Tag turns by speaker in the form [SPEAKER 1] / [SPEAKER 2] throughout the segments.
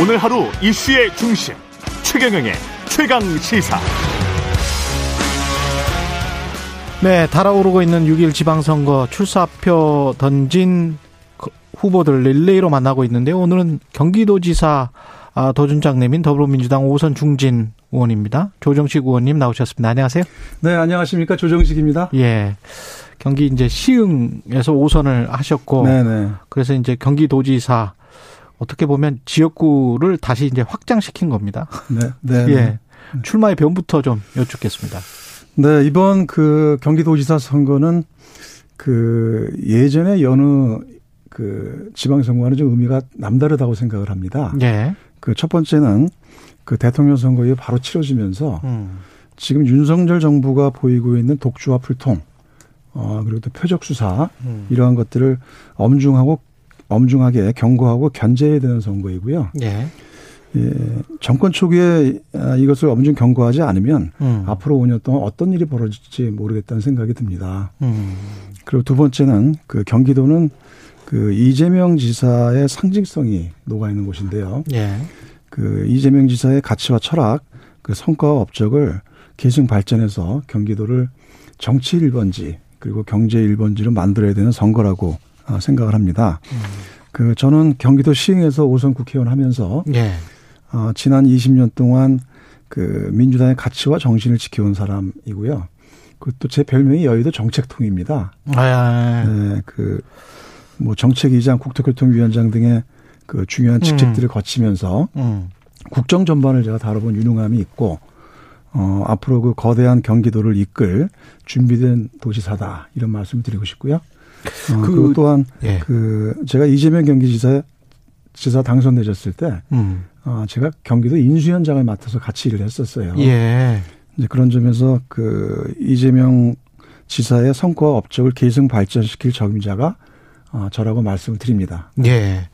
[SPEAKER 1] 오늘 하루 이슈의 중심 최경영의 최강 시사.
[SPEAKER 2] 네, 달아오르고 있는 6일 지방선거 출사표 던진 그 후보들 릴레이로 만나고 있는데 오늘은 경기도지사 아, 도준장 내민 더불어민주당 오선 중진 의원입니다. 조정식 의원님 나오셨습니다. 안녕하세요.
[SPEAKER 3] 네, 안녕하십니까. 조정식입니다.
[SPEAKER 2] 예. 경기 이제 시흥에서 오선을 하셨고
[SPEAKER 3] 네네.
[SPEAKER 2] 그래서 이제 경기도지사 어떻게 보면 지역구를 다시 이제 확장시킨 겁니다.
[SPEAKER 3] 네, 네.
[SPEAKER 2] 예. 출마의 변부터 좀 여쭙겠습니다.
[SPEAKER 3] 네, 이번 그 경기도지사 선거는 그 예전에 여느 그 지방선거와는 좀 의미가 남다르다고 생각을 합니다.
[SPEAKER 2] 예.
[SPEAKER 3] 그 첫 번째는 그 대통령 선거에 바로 치러지면서
[SPEAKER 2] 음.
[SPEAKER 3] 지금 윤석열 정부가 보이고 있는 독주와 불통, 어, 그리고 또 표적 수사, 이러한 것들을 엄중하고 엄중하게 경고하고 견제해야 되는 선거이고요.
[SPEAKER 2] 예.
[SPEAKER 3] 예, 정권 초기에 아, 이것을 엄중 경고하지 않으면
[SPEAKER 2] 음.
[SPEAKER 3] 앞으로 5년 동안 어떤 일이 벌어질지 모르겠다는 생각이 듭니다.
[SPEAKER 2] 음.
[SPEAKER 3] 그리고 두 번째는 그 경기도는 그 이재명 지사의 상징성이 녹아 있는 곳인데요.
[SPEAKER 2] 예.
[SPEAKER 3] 그 이재명 지사의 가치와 철학, 그 성과와 업적을 계승 발전해서 경기도를 정치 일번지 그리고 경제 일번지로 만들어야 되는 선거라고 아, 생각을 합니다. 그 저는 경기도 시흥에서 오선 국회의원 하면서
[SPEAKER 2] 예.
[SPEAKER 3] 어, 지난 20년 동안 그 민주당의 가치와 정신을 지켜온 사람이고요. 그것도 제 별명이 여의도 정책통입니다.
[SPEAKER 2] 아,
[SPEAKER 3] 네, 그뭐 정책이장, 국토교통위원장 등의 그 중요한 직책들을 거치면서
[SPEAKER 2] 음.
[SPEAKER 3] 국정 전반을 제가 다뤄본 유능함이 있고 어, 앞으로 그 거대한 경기도를 이끌 준비된 도시사다 이런 말씀을 드리고 싶고요. 어,
[SPEAKER 2] 그-
[SPEAKER 3] 그 또한
[SPEAKER 2] 예.
[SPEAKER 3] 그 제가 이재명 경기지사 지사 당선되셨을 때
[SPEAKER 2] 음.
[SPEAKER 3] 아, 제가 경기도 인수위원장을 맡아서 같이 일을 했었어요.
[SPEAKER 2] 예.
[SPEAKER 3] 이제 그런 점에서 그 이재명 지사의 성과 업적을 계승 발전시킬 적임자가 아, 저라고 말씀을 드립니다.
[SPEAKER 2] 예.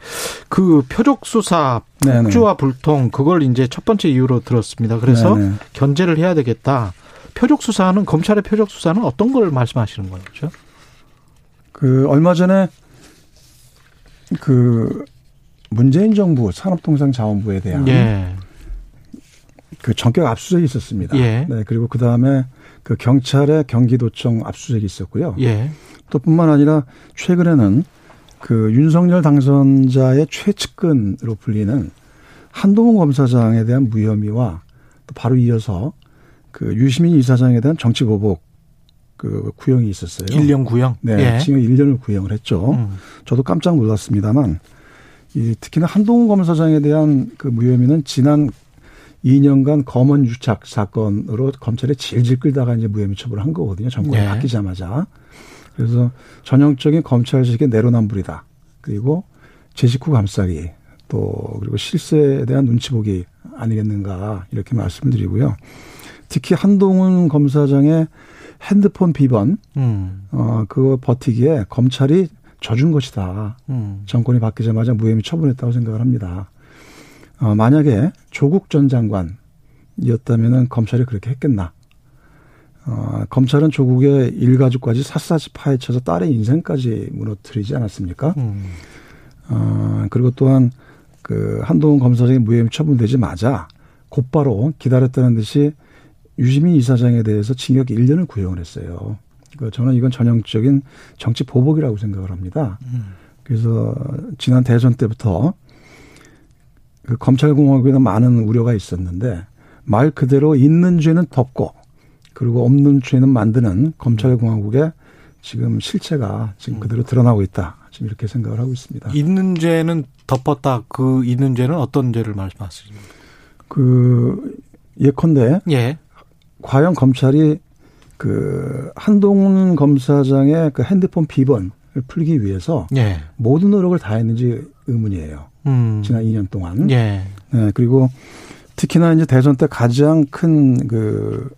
[SPEAKER 2] 그 표적 수사
[SPEAKER 3] 네네.
[SPEAKER 2] 폭주와 불통 그걸 이제 첫 번째 이유로 들었습니다. 그래서
[SPEAKER 3] 네네.
[SPEAKER 2] 견제를 해야 되겠다. 표적 수사는 검찰의 표적 수사는 어떤 걸 말씀하시는 거죠?
[SPEAKER 3] 그 얼마 전에 그 문재인 정부 산업통상자원부에 대한
[SPEAKER 2] 예.
[SPEAKER 3] 그 전격 압수수색이 있었습니다.
[SPEAKER 2] 예.
[SPEAKER 3] 네, 그리고 그 다음에 그 경찰의 경기도청 압수수색이 있었고요.
[SPEAKER 2] 예.
[SPEAKER 3] 또 뿐만 아니라 최근에는 그 윤석열 당선자의 최측근으로 불리는 한동훈 검사장에 대한 무혐의와 또 바로 이어서 그 유시민 이사장에 대한 정치 보복 그 구형이 있었어요.
[SPEAKER 2] 일년 구형.
[SPEAKER 3] 네,
[SPEAKER 2] 예.
[SPEAKER 3] 징역 1년을 구형을 했죠.
[SPEAKER 2] 음.
[SPEAKER 3] 저도 깜짝 놀랐습니다만 이 특히나 한동훈 검사장에 대한 그 무혐의는 지난 2년간 검언 유착 사건으로 검찰에 질질 끌다가 이제 무혐의 처벌을 한 거거든요. 정권이
[SPEAKER 2] 네.
[SPEAKER 3] 바뀌자마자. 그래서 전형적인 검찰식의 내로남불이다. 그리고 제 식구 감싸기 또 그리고 실세에 대한 눈치 보기 아니겠는가 이렇게 말씀드리고요. 특히 한동훈 검사장의 핸드폰 비번
[SPEAKER 2] 음.
[SPEAKER 3] 어, 그거 버티기에 검찰이 져준 것이다.
[SPEAKER 2] 음.
[SPEAKER 3] 정권이 바뀌자마자 무혐의 처분했다고 생각을 합니다. 어, 만약에 조국 전 장관이었다면은 검찰이 그렇게 했겠나? 어, 검찰은 조국의 일가족까지 샅샅이 파헤쳐서 딸의 인생까지 무너뜨리지 않았습니까?
[SPEAKER 2] 음.
[SPEAKER 3] 어, 그리고 또한 그 한동훈 검사장이 무혐의 처분되자마자 곧바로 기다렸다는 듯이 유시민 이사장에 대해서 징역 1년을 구형을 했어요. 그 저는 이건 전형적인 정치 보복이라고 생각을 합니다. 그래서 지난 대선 때부터 그 검찰공화국에 대한 많은 우려가 있었는데 말 그대로 있는 죄는 덮고 그리고 없는 죄는 만드는 검찰공화국의 지금 실체가 지금 그대로 드러나고 있다. 지금 이렇게 생각을 하고 있습니다.
[SPEAKER 2] 있는 죄는 덮었다. 그 있는 죄는 어떤 죄를 말씀하시는지.
[SPEAKER 3] 그 예컨대
[SPEAKER 2] 예.
[SPEAKER 3] 과연 검찰이 그 한동훈 검사장의 그 핸드폰 비번을 풀기 위해서
[SPEAKER 2] 예.
[SPEAKER 3] 모든 노력을 다했는지 의문이에요.
[SPEAKER 2] 음.
[SPEAKER 3] 지난 2년 동안.
[SPEAKER 2] 예.
[SPEAKER 3] 네, 그리고 특히나 이제 대선 때 가장 큰그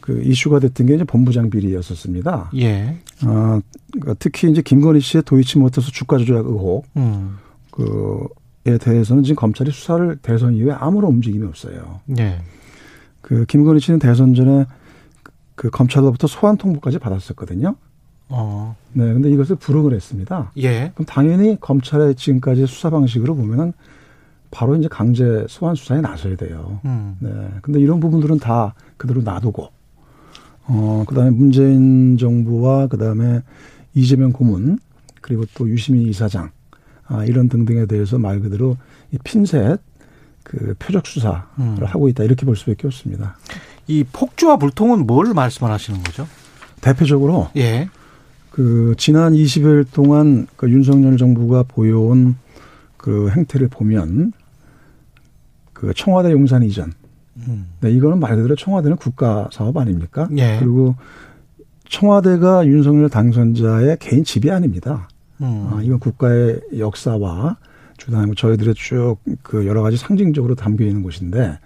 [SPEAKER 3] 그 이슈가 됐던 게 이제 본부장 비리였었습니다.
[SPEAKER 2] 예.
[SPEAKER 3] 아, 그러니까 특히 이제 김건희 씨의 도이치모터스 주가 조작 의혹
[SPEAKER 2] 음.
[SPEAKER 3] 그에 대해서는 지금 검찰이 수사를 대선 이후에 아무런 움직임이 없어요.
[SPEAKER 2] 예.
[SPEAKER 3] 그 김건희 씨는 대선 전에 그 검찰로부터 소환 통보까지 받았었거든요.
[SPEAKER 2] 어.
[SPEAKER 3] 네, 근데 이것을 불응을 했습니다.
[SPEAKER 2] 예.
[SPEAKER 3] 그럼 당연히 검찰의 지금까지 수사 방식으로 보면은 바로 이제 강제 소환 수사에 나서야 돼요.
[SPEAKER 2] 음.
[SPEAKER 3] 네. 근데 이런 부분들은 다 그대로 놔두고, 어, 그 다음에 문재인 정부와 그 다음에 이재명 고문, 그리고 또 유시민 이사장, 아, 이런 등등에 대해서 말 그대로 이 핀셋, 그 표적 수사를
[SPEAKER 2] 음.
[SPEAKER 3] 하고 있다. 이렇게 볼 수밖에 없습니다.
[SPEAKER 2] 이 폭주와 불통은 뭘 말씀을 하시는 거죠?
[SPEAKER 3] 대표적으로
[SPEAKER 2] 예.
[SPEAKER 3] 그 지난 20일 동안 그 윤석열 정부가 보여온 그 행태를 보면 그 청와대 용산 이전.
[SPEAKER 2] 음.
[SPEAKER 3] 네, 이거는 말 그대로 청와대는 국가 사업 아닙니까?
[SPEAKER 2] 예.
[SPEAKER 3] 그리고 청와대가 윤석열 당선자의 개인 집이 아닙니다.
[SPEAKER 2] 음.
[SPEAKER 3] 아, 이건 국가의 역사와 주당 저희들의 쭉 그 여러 가지 상징적으로 담겨 있는 곳인데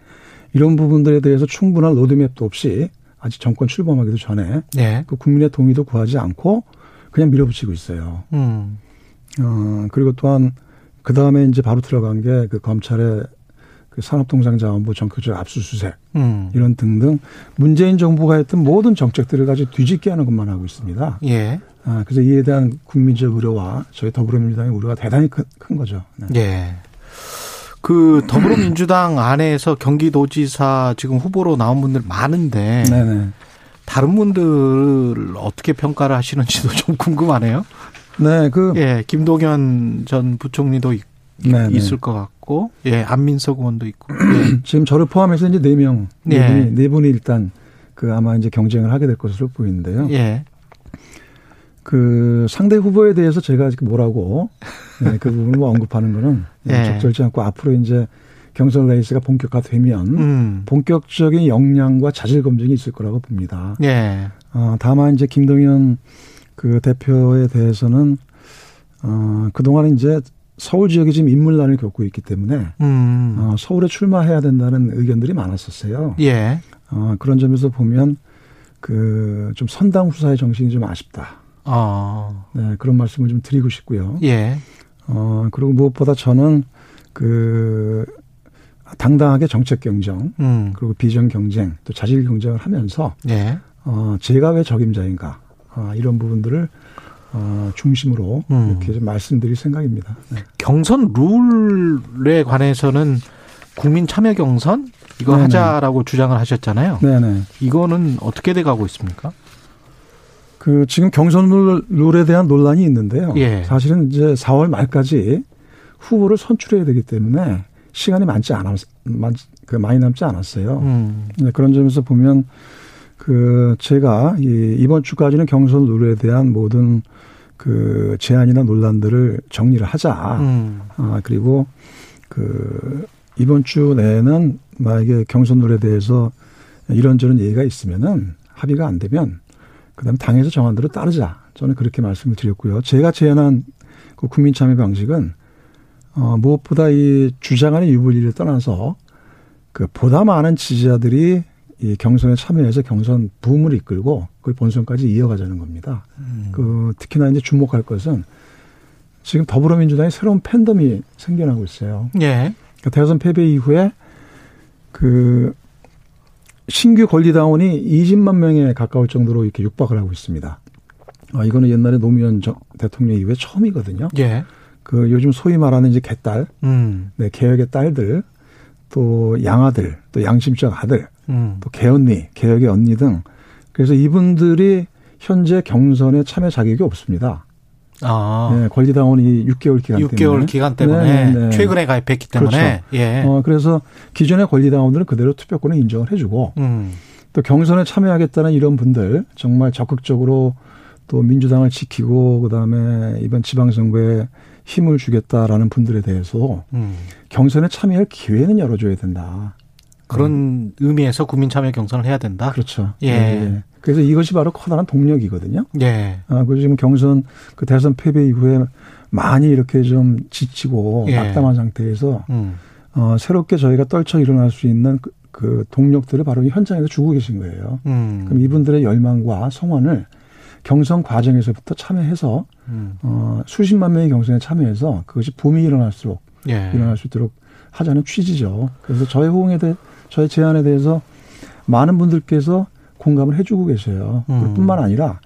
[SPEAKER 3] 이런 부분들에 대해서 충분한 로드맵도 없이 아직 정권 출범하기도 전에
[SPEAKER 2] 예.
[SPEAKER 3] 그 국민의 동의도 구하지 않고 그냥 밀어붙이고 있어요.
[SPEAKER 2] 음.
[SPEAKER 3] 어, 그리고 또한 그 다음에 이제 바로 들어간 게 그 검찰의 그 산업통상자원부 정책적 압수수색
[SPEAKER 2] 음.
[SPEAKER 3] 이런 등등 문재인 정부가 했던 모든 정책들을 가지고 뒤집게 하는 것만 하고 있습니다.
[SPEAKER 2] 예.
[SPEAKER 3] 아, 그래서 이에 대한 국민적 우려와 저희 더불어민주당의 우려가 대단히 큰, 큰 거죠. 네.
[SPEAKER 2] 예. 그 더불어민주당 안에서 경기도지사 지금 후보로 나온 분들 많은데
[SPEAKER 3] 네네.
[SPEAKER 2] 다른 분들을 어떻게 평가를 하시는지도 좀 궁금하네요.
[SPEAKER 3] 네, 그
[SPEAKER 2] 예, 김동연 전 부총리도 있,
[SPEAKER 3] 네, 네.
[SPEAKER 2] 있을 것 같고, 예, 안민석 의원도 있고, 예,
[SPEAKER 3] 지금 저를 포함해서 이제 네 명, 네
[SPEAKER 2] 예.
[SPEAKER 3] 분이, 네 분이 일단 그 아마 이제 경쟁을 하게 될 것으로 보이는데요.
[SPEAKER 2] 예,
[SPEAKER 3] 그 상대 후보에 대해서 제가 지금 뭐라고 네, 그 부분을 뭐 언급하는 거는
[SPEAKER 2] 예.
[SPEAKER 3] 적절치 않고 앞으로 이제 경선 레이스가 본격화되면
[SPEAKER 2] 음,
[SPEAKER 3] 본격적인 역량과 자질 검증이 있을 거라고 봅니다.
[SPEAKER 2] 예,
[SPEAKER 3] 어, 다만 이제 김동연 그 대표에 대해서는 어, 그동안 이제 서울 지역이 지금 인물난을 겪고 있기 때문에
[SPEAKER 2] 음,
[SPEAKER 3] 어, 서울에 출마해야 된다는 의견들이 많았었어요.
[SPEAKER 2] 예,
[SPEAKER 3] 어, 그런 점에서 보면 그 좀 선당 후사의 정신이 좀 아쉽다.
[SPEAKER 2] 어,
[SPEAKER 3] 네, 그런 말씀을 좀 드리고 싶고요.
[SPEAKER 2] 예,
[SPEAKER 3] 어, 그리고 무엇보다 저는 그 당당하게 정책 경쟁,
[SPEAKER 2] 음,
[SPEAKER 3] 그리고 비전 경쟁, 또 자질 경쟁을 하면서
[SPEAKER 2] 예,
[SPEAKER 3] 어, 제가 왜 적임자인가 아, 이런 부분들을 어, 중심으로
[SPEAKER 2] 음.
[SPEAKER 3] 이렇게 좀 말씀드릴 생각입니다. 네.
[SPEAKER 2] 경선 룰에 관해서는 국민 참여 경선 이거
[SPEAKER 3] 네네.
[SPEAKER 2] 하자라고 주장을 하셨잖아요.
[SPEAKER 3] 네네.
[SPEAKER 2] 이거는 어떻게 돼 가고 있습니까?
[SPEAKER 3] 그 지금 경선 룰- 룰에 대한 논란이 있는데요.
[SPEAKER 2] 예.
[SPEAKER 3] 사실은 이제 4월 말까지 후보를 선출해야 되기 때문에 시간이 많지 않았, 많, 그 많이 남지 않았어요.
[SPEAKER 2] 음,
[SPEAKER 3] 네, 그런 점에서 보면 그 제가 이 이번 주까지는 경선 룰에 대한 모든 그 제안이나 논란들을 정리를 하자.
[SPEAKER 2] 음,
[SPEAKER 3] 아 그리고 그 이번 주 내에는 만약에 경선 룰에 대해서 이런저런 얘기가 있으면은 합의가 안 되면 그다음에 당에서 정한 대로 따르자. 저는 그렇게 말씀을 드렸고요. 제가 제안한 그 국민 참여 방식은 어 무엇보다 이 주장하는 유불리를 떠나서 그 보다 많은 지지자들이 이 경선에 참여해서 경선 붐을 이끌고 그걸 본선까지 이어가자는 겁니다. 그 특히나 이제 주목할 것은 지금 더불어민주당의 새로운 팬덤이 생겨나고 있어요.
[SPEAKER 2] 예,
[SPEAKER 3] 그러니까 대선 패배 이후에 그 신규 권리당원이 20만 명에 가까울 정도로 이렇게 육박을 하고 있습니다. 아, 이거는 옛날에 노무현 정- 대통령 이후에 처음이거든요.
[SPEAKER 2] 예,
[SPEAKER 3] 그 요즘 소위 말하는 이제 개딸,
[SPEAKER 2] 음,
[SPEAKER 3] 네, 개혁의 딸들, 또 양아들, 또 양심적 아들,
[SPEAKER 2] 음,
[SPEAKER 3] 또 개언니, 개혁의 언니 등 그래서 이분들이 현재 경선에 참여 자격이 없습니다.
[SPEAKER 2] 아,
[SPEAKER 3] 네, 권리당원이 6개월 기간 때문에
[SPEAKER 2] 6개월 기간 때문에
[SPEAKER 3] 네, 네.
[SPEAKER 2] 최근에 가입했기 때문에 예.
[SPEAKER 3] 어, 그래서 기존의 권리당원들은 그대로 투표권을 인정을 해주고
[SPEAKER 2] 음.
[SPEAKER 3] 또 경선에 참여하겠다는 이런 분들 정말 적극적으로 또 민주당을 지키고 그다음에 이번 지방선거에 힘을 주겠다라는 분들에 대해서
[SPEAKER 2] 음.
[SPEAKER 3] 경선에 참여할 기회는 열어줘야 된다.
[SPEAKER 2] 그런 의미에서 국민 참여 경선을 해야 된다.
[SPEAKER 3] 음. 그렇죠.
[SPEAKER 2] 예.
[SPEAKER 3] 그래서 이것이 바로 커다란 동력이거든요.
[SPEAKER 2] 예.
[SPEAKER 3] 아, 그리고 지금 경선 그 대선 패배 이후에 많이 이렇게 좀 지치고
[SPEAKER 2] 예.
[SPEAKER 3] 낙담한 상태에서
[SPEAKER 2] 음.
[SPEAKER 3] 어, 새롭게 저희가 떨쳐 일어날 수 있는 그, 그 동력들을 바로 이 현장에서 주고 계신 거예요.
[SPEAKER 2] 음.
[SPEAKER 3] 그럼 이분들의 열망과 성원을 경선 과정에서부터 참여해서
[SPEAKER 2] 음.
[SPEAKER 3] 어, 수십만 명의 경선에 참여해서 그것이 붐이 일어날수록
[SPEAKER 2] 예.
[SPEAKER 3] 일어날 수 있도록 하자는 취지죠. 그래서 저의 호응에 대해 저의 제안에 대해서 많은 분들께서 공감을 해주고 계세요.
[SPEAKER 2] 음.
[SPEAKER 3] 그뿐만 아니라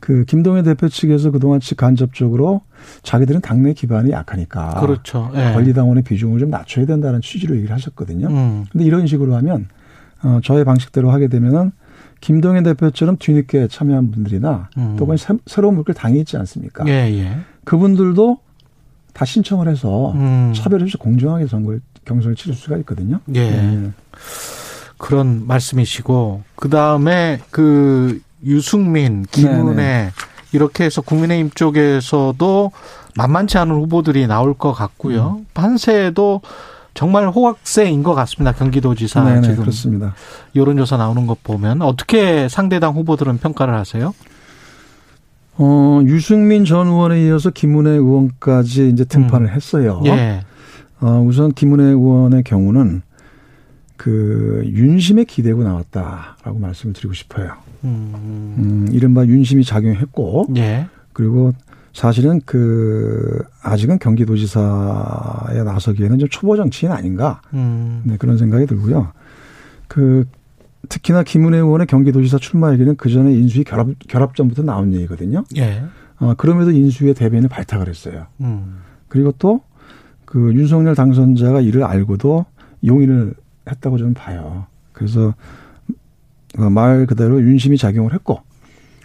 [SPEAKER 3] 그 김동현 대표 측에서 그동안 간접적으로 자기들은 당내 기반이 약하니까
[SPEAKER 2] 그렇죠.
[SPEAKER 3] 아,
[SPEAKER 2] 예.
[SPEAKER 3] 권리당원의 비중을 좀 낮춰야 된다는 취지로 얘기를 하셨거든요.
[SPEAKER 2] 음.
[SPEAKER 3] 근데 이런 식으로 하면 어, 저의 방식대로 하게 되면은 김동연 대표처럼 뒤늦게 참여한 분들이나
[SPEAKER 2] 음.
[SPEAKER 3] 또는 새- 새로운 물결 당이 있지 않습니까?
[SPEAKER 2] 예, 예.
[SPEAKER 3] 그분들도 다 신청을 해서
[SPEAKER 2] 음.
[SPEAKER 3] 차별 없이 공정하게 선거를 경선을 치를 수가 있거든요. 네.
[SPEAKER 2] 예. 그런 말씀이시고 그다음에 그 유승민, 김은혜
[SPEAKER 3] 네,
[SPEAKER 2] 이렇게 해서 국민의힘 쪽에서도 만만치 않은 후보들이 나올 것 같고요.
[SPEAKER 3] 음.
[SPEAKER 2] 판세도 정말 호각세인 것 같습니다. 경기도지사
[SPEAKER 3] 네네,
[SPEAKER 2] 지금
[SPEAKER 3] 그렇습니다.
[SPEAKER 2] 여론조사 나오는 것 보면 어떻게 상대당 후보들은 평가를 하세요?
[SPEAKER 3] 어, 유승민 전 의원에 이어서 김은혜 의원까지 이제 등판을 했어요.
[SPEAKER 2] 예,
[SPEAKER 3] 어, 우선 김은혜 의원의 경우는 그 윤심에 기대고 나왔다라고 말씀을 드리고 싶어요.
[SPEAKER 2] 음,
[SPEAKER 3] 음, 이른바 윤심이 작용했고
[SPEAKER 2] 예,
[SPEAKER 3] 그리고 사실은 그 아직은 경기도지사에 나서기에는 좀 초보 정치인 아닌가
[SPEAKER 2] 음,
[SPEAKER 3] 네, 그런 생각이 들고요. 그 특히나 김은혜 의원의 경기도지사 출마 얘기는 그 전에 인수위 결합 결합전부터 나온 얘기거든요.
[SPEAKER 2] 예,
[SPEAKER 3] 아, 그럼에도 인수위의 대변인을 발탁을 했어요.
[SPEAKER 2] 음,
[SPEAKER 3] 그리고 또 그 윤석열 당선자가 이를 알고도 용인을 했다고 저는 봐요. 그래서 그말 그대로 윤심이 작용을 했고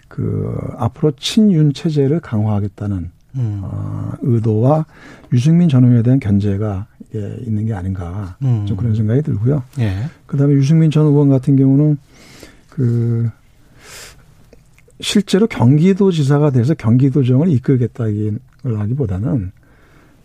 [SPEAKER 3] 그 앞으로 친윤 체제를 강화하겠다는
[SPEAKER 2] 음,
[SPEAKER 3] 어, 의도와 유승민 전 의원에 대한 견제가 예, 있는 게 아닌가
[SPEAKER 2] 음.
[SPEAKER 3] 좀 그런 생각이 들고요.
[SPEAKER 2] 예,
[SPEAKER 3] 그다음에 유승민 전 의원 같은 경우는 그 실제로 경기도지사가 돼서 경기도정을 이끌겠다기보다는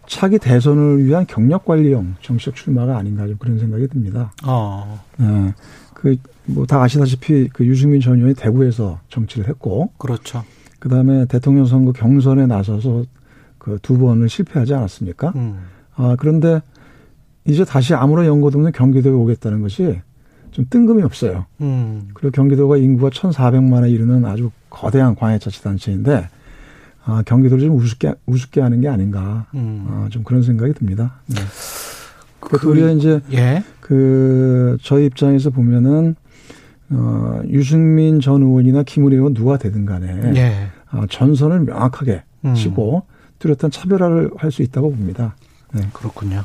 [SPEAKER 3] 차기 대선을 위한 경력 관리형 정치적 출마가 아닌가 좀 그런 생각이 듭니다.
[SPEAKER 2] 어,
[SPEAKER 3] 예. 그뭐 다 아시다시피 그 유승민 전 의원이 대구에서 정치를 했고
[SPEAKER 2] 그렇죠.
[SPEAKER 3] 그다음에 대통령 선거 경선에 나서서 그 두 번을 실패하지 않았습니까?
[SPEAKER 2] 음,
[SPEAKER 3] 아, 그런데 이제 다시 아무런 연고도 없는 경기도에 오겠다는 것이 좀 뜬금이 없어요.
[SPEAKER 2] 음,
[SPEAKER 3] 그리고 경기도가 인구가 1,400만에 이르는 아주 거대한 광해자치단체인데, 아, 경기도를 좀 우습게, 우습게 하는 게 아닌가.
[SPEAKER 2] 음,
[SPEAKER 3] 아, 좀 그런 생각이 듭니다. 네.
[SPEAKER 2] 그-
[SPEAKER 3] 그것도 우리가 이제
[SPEAKER 2] 예,
[SPEAKER 3] 그, 저희 입장에서 보면은, 어, 유승민 전 의원이나 김은혜 의원 누가 되든 간에,
[SPEAKER 2] 예,
[SPEAKER 3] 아, 전선을 명확하게
[SPEAKER 2] 음.
[SPEAKER 3] 치고 뚜렷한 차별화를 할 수 있다고 봅니다. 네.
[SPEAKER 2] 그렇군요.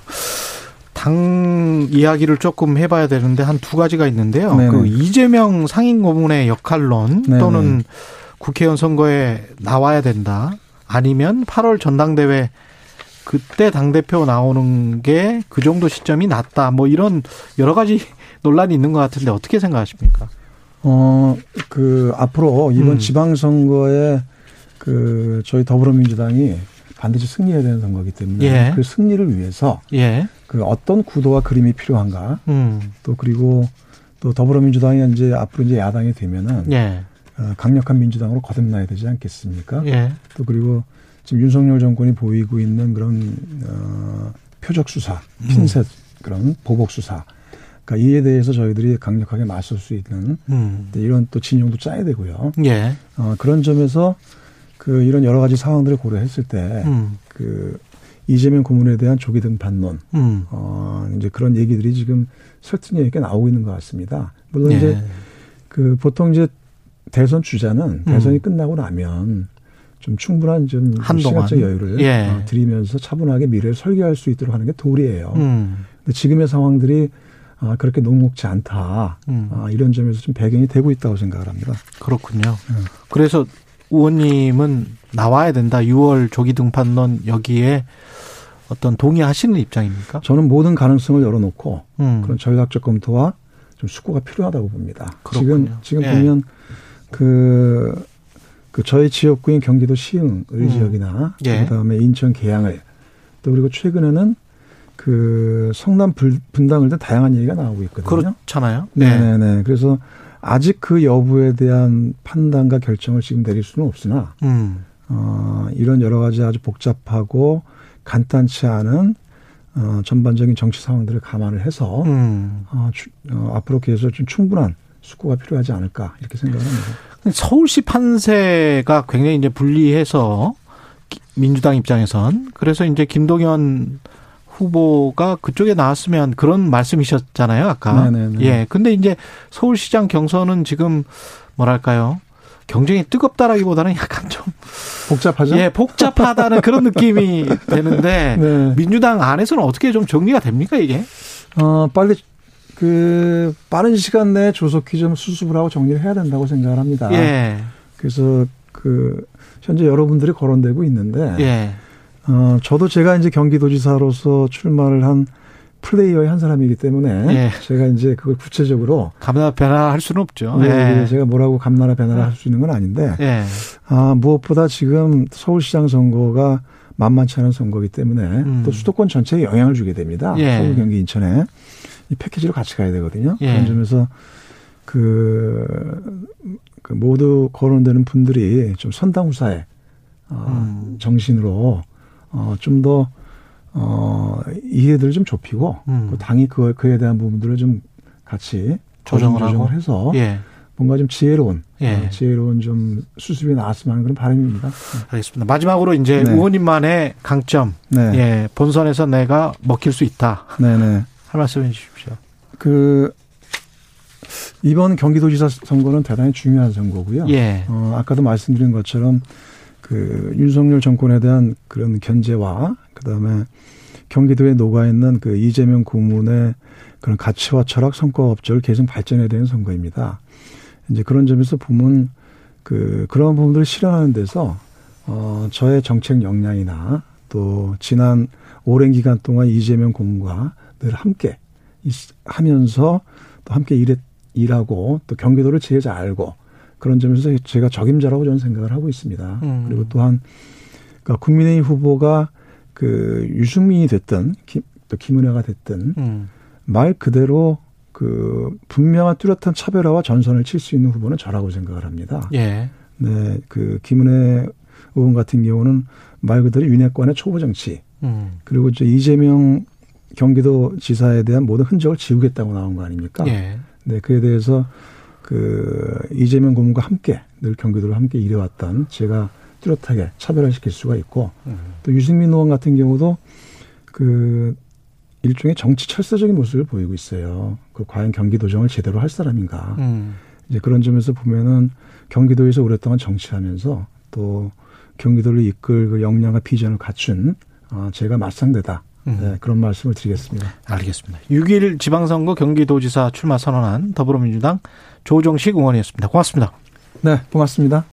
[SPEAKER 2] 당 이야기를 조금 해봐야 되는데 한 두 가지가 있는데요.
[SPEAKER 3] 네네.
[SPEAKER 2] 그 이재명 상임고문의 역할론
[SPEAKER 3] 네네.
[SPEAKER 2] 또는 국회의원 선거에 나와야 된다. 아니면 8월 전당대회 그때 당 대표 나오는 게 그 정도 시점이 낫다. 뭐 이런 여러 가지 논란이 있는 것 같은데 어떻게 생각하십니까?
[SPEAKER 3] 어, 그, 앞으로 이번
[SPEAKER 2] 음.
[SPEAKER 3] 지방선거에 그, 저희 더불어민주당이 반드시 승리해야 되는 선거이기 때문에
[SPEAKER 2] 예.
[SPEAKER 3] 그 승리를 위해서
[SPEAKER 2] 예,
[SPEAKER 3] 그 어떤 구도와 그림이 필요한가
[SPEAKER 2] 음,
[SPEAKER 3] 또 그리고 또 더불어민주당이 이제 앞으로 이제 야당이 되면은
[SPEAKER 2] 예,
[SPEAKER 3] 어, 강력한 민주당으로 거듭나야 되지 않겠습니까?
[SPEAKER 2] 예,
[SPEAKER 3] 또 그리고 지금 윤석열 정권이 보이고 있는 그런 어, 표적 수사,
[SPEAKER 2] 음.
[SPEAKER 3] 핀셋 그런 보복 수사 그러니까 이에 대해서 저희들이 강력하게 맞설 수 있는
[SPEAKER 2] 음,
[SPEAKER 3] 네, 이런 또 진영도 짜야 되고요.
[SPEAKER 2] 예,
[SPEAKER 3] 어, 그런 점에서 그 이런 여러 가지 상황들을 고려했을 때,
[SPEAKER 2] 음,
[SPEAKER 3] 그 이재명 고문에 대한 조기 등반론,
[SPEAKER 2] 음,
[SPEAKER 3] 어, 이제 그런 얘기들이 지금 설득력 있게 나오고 있는 것 같습니다. 물론
[SPEAKER 2] 예,
[SPEAKER 3] 뭐 이제 그 보통 이제 대선 주자는 대선이
[SPEAKER 2] 음.
[SPEAKER 3] 끝나고 나면 좀 충분한 좀
[SPEAKER 2] 한동안.
[SPEAKER 3] 시간적 여유를
[SPEAKER 2] 예.
[SPEAKER 3] 어, 드리면서 차분하게 미래를 설계할 수 있도록 하는 게 도리예요.
[SPEAKER 2] 음,
[SPEAKER 3] 근데 지금의 상황들이 아, 그렇게 녹록지 않다.
[SPEAKER 2] 음.
[SPEAKER 3] 아, 이런 점에서 좀 배경이 되고 있다고 생각을 합니다.
[SPEAKER 2] 그렇군요.
[SPEAKER 3] 예.
[SPEAKER 2] 그래서 의원님은 나와야 된다. 6월 조기 등판론 여기에 어떤 동의하시는 입장입니까?
[SPEAKER 3] 저는 모든 가능성을 열어놓고
[SPEAKER 2] 음.
[SPEAKER 3] 그런 전략적 검토와 좀 숙고가 필요하다고 봅니다.
[SPEAKER 2] 그렇군요.
[SPEAKER 3] 지금 지금
[SPEAKER 2] 예.
[SPEAKER 3] 보면 그, 그 저희 지역구인 경기도 시흥 의지역이나
[SPEAKER 2] 예.
[SPEAKER 3] 그다음에 인천 계양을 또 그리고 최근에는 그 성남 불- 분당을 등 다양한 얘기가 나오고 있거든요.
[SPEAKER 2] 그렇잖아요. 네.
[SPEAKER 3] 네네네. 그래서 아직 그 여부에 대한 판단과 결정을 지금 내릴 수는 없으나
[SPEAKER 2] 음.
[SPEAKER 3] 어, 이런 여러 가지 아주 복잡하고 간단치 않은 어, 전반적인 정치 상황들을 감안을 해서
[SPEAKER 2] 음.
[SPEAKER 3] 어, 추- 어, 앞으로 계속 좀 충분한 숙고가 필요하지 않을까 이렇게 생각을 합니다.
[SPEAKER 2] 서울시 판세가 굉장히 이제 불리해서 기- 민주당 입장에선 그래서 이제 김동연 후보가 그쪽에 나왔으면 그런 말씀이셨잖아요, 아까.
[SPEAKER 3] 네, 네네네.
[SPEAKER 2] 예. 근데 이제 서울시장 경선은 지금 뭐랄까요? 경쟁이 뜨겁다라기보다는 약간 좀
[SPEAKER 3] 복잡하죠?
[SPEAKER 2] 예, 복잡하다는 그런 느낌이 되는데
[SPEAKER 3] 네.
[SPEAKER 2] 민주당 안에서는 어떻게 좀 정리가 됩니까 이게?
[SPEAKER 3] 어, 빨리 그 빠른 시간 내에 조속히 좀 수습을 하고 정리를 해야 된다고 생각을 합니다.
[SPEAKER 2] 예,
[SPEAKER 3] 그래서 그 현재 여러분들이 거론되고 있는데
[SPEAKER 2] 예,
[SPEAKER 3] 어, 저도 제가 이제 경기도지사로서 출마를 한 플레이어의 한 사람이기 때문에
[SPEAKER 2] 예.
[SPEAKER 3] 제가 이제 그걸 구체적으로
[SPEAKER 2] 감나 변화할 수는 없죠.
[SPEAKER 3] 예,
[SPEAKER 2] 예,
[SPEAKER 3] 예, 제가 뭐라고 감나라 배나라 할 수 있는 건 아닌데
[SPEAKER 2] 예,
[SPEAKER 3] 아, 무엇보다 지금 서울시장 선거가 만만치 않은 선거이기 때문에
[SPEAKER 2] 음.
[SPEAKER 3] 또 수도권 전체에 영향을 주게 됩니다.
[SPEAKER 2] 예.
[SPEAKER 3] 서울, 경기, 인천에 이 패키지로 같이 가야 되거든요.
[SPEAKER 2] 예.
[SPEAKER 3] 그런 점에서 그, 그 모두 거론되는 분들이 좀 선당후사의 어,
[SPEAKER 2] 음.
[SPEAKER 3] 정신으로 어, 좀 더 어, 이해들을 좀 좁히고
[SPEAKER 2] 음.
[SPEAKER 3] 그 당이 그, 그에 대한 부분들을 좀 같이
[SPEAKER 2] 조정을 하고.
[SPEAKER 3] 조정, 조정을 해서
[SPEAKER 2] 예.
[SPEAKER 3] 뭔가 좀 지혜로운
[SPEAKER 2] 예.
[SPEAKER 3] 어, 지혜로운 좀 수습이 나왔으면 하는 그런 바람입니다.
[SPEAKER 2] 알겠습니다. 마지막으로 이제
[SPEAKER 3] 네.
[SPEAKER 2] 의원님만의 강점,
[SPEAKER 3] 네,
[SPEAKER 2] 예, 본선에서 내가 먹힐 수 있다
[SPEAKER 3] 네, 네.
[SPEAKER 2] 할 말씀해 주십시오.
[SPEAKER 3] 그 이번 경기도지사 선거는 대단히 중요한 선거고요.
[SPEAKER 2] 예,
[SPEAKER 3] 어, 아까도 말씀드린 것처럼 그 윤석열 정권에 대한 그런 견제와 그다음에 경기도에 녹아 있는 그 이재명 고문의 그런 가치와 철학 성과업적을 계속 발전해야 되는 선거입니다. 이제 그런 점에서 보면 그 그런 부분들을 실현하는 데서 어 저의 정책 역량이나 또 지난 오랜 기간 동안 이재명 고문과 늘 함께 있- 하면서 또 함께 일했, 일하고 또 경기도를 제일 잘 알고 그런 점에서 제가 적임자라고 저는 생각을 하고 있습니다.
[SPEAKER 2] 음.
[SPEAKER 3] 그리고 또한 그니까 그러니까 국민의힘 후보가 그 유승민이 됐든 김, 또 김은혜가 됐든
[SPEAKER 2] 음,
[SPEAKER 3] 말 그대로 그 분명한 뚜렷한 차별화와 전선을 칠 수 있는 후보는 저라고 생각을 합니다.
[SPEAKER 2] 예,
[SPEAKER 3] 네, 그 김은혜 의원 같은 경우는 말 그대로 윤핵관의 초보 정치
[SPEAKER 2] 음,
[SPEAKER 3] 그리고 이제 이재명 경기도 지사에 대한 모든 흔적을 지우겠다고 나온 거 아닙니까?
[SPEAKER 2] 예,
[SPEAKER 3] 네, 그에 대해서 그 이재명 고문과 함께 늘 경기도를 함께 일해왔던 제가 뚜렷하게 차별화시킬 수가 있고
[SPEAKER 2] 음.
[SPEAKER 3] 또 유승민 의원 같은 경우도 그 일종의 정치 철사적인 모습을 보이고 있어요. 그 과연 경기도정을 제대로 할 사람인가?
[SPEAKER 2] 음,
[SPEAKER 3] 이제 그런 점에서 보면은 경기도에서 오랫동안 정치하면서 또 경기도를 이끌 그 역량과 비전을 갖춘 아, 제가 맞상대다.
[SPEAKER 2] 음.
[SPEAKER 3] 네, 그런 말씀을 드리겠습니다.
[SPEAKER 2] 알겠습니다. 6일 지방선거 경기도지사 출마 선언한 더불어민주당 조정식 의원이었습니다. 고맙습니다.
[SPEAKER 3] 네, 고맙습니다.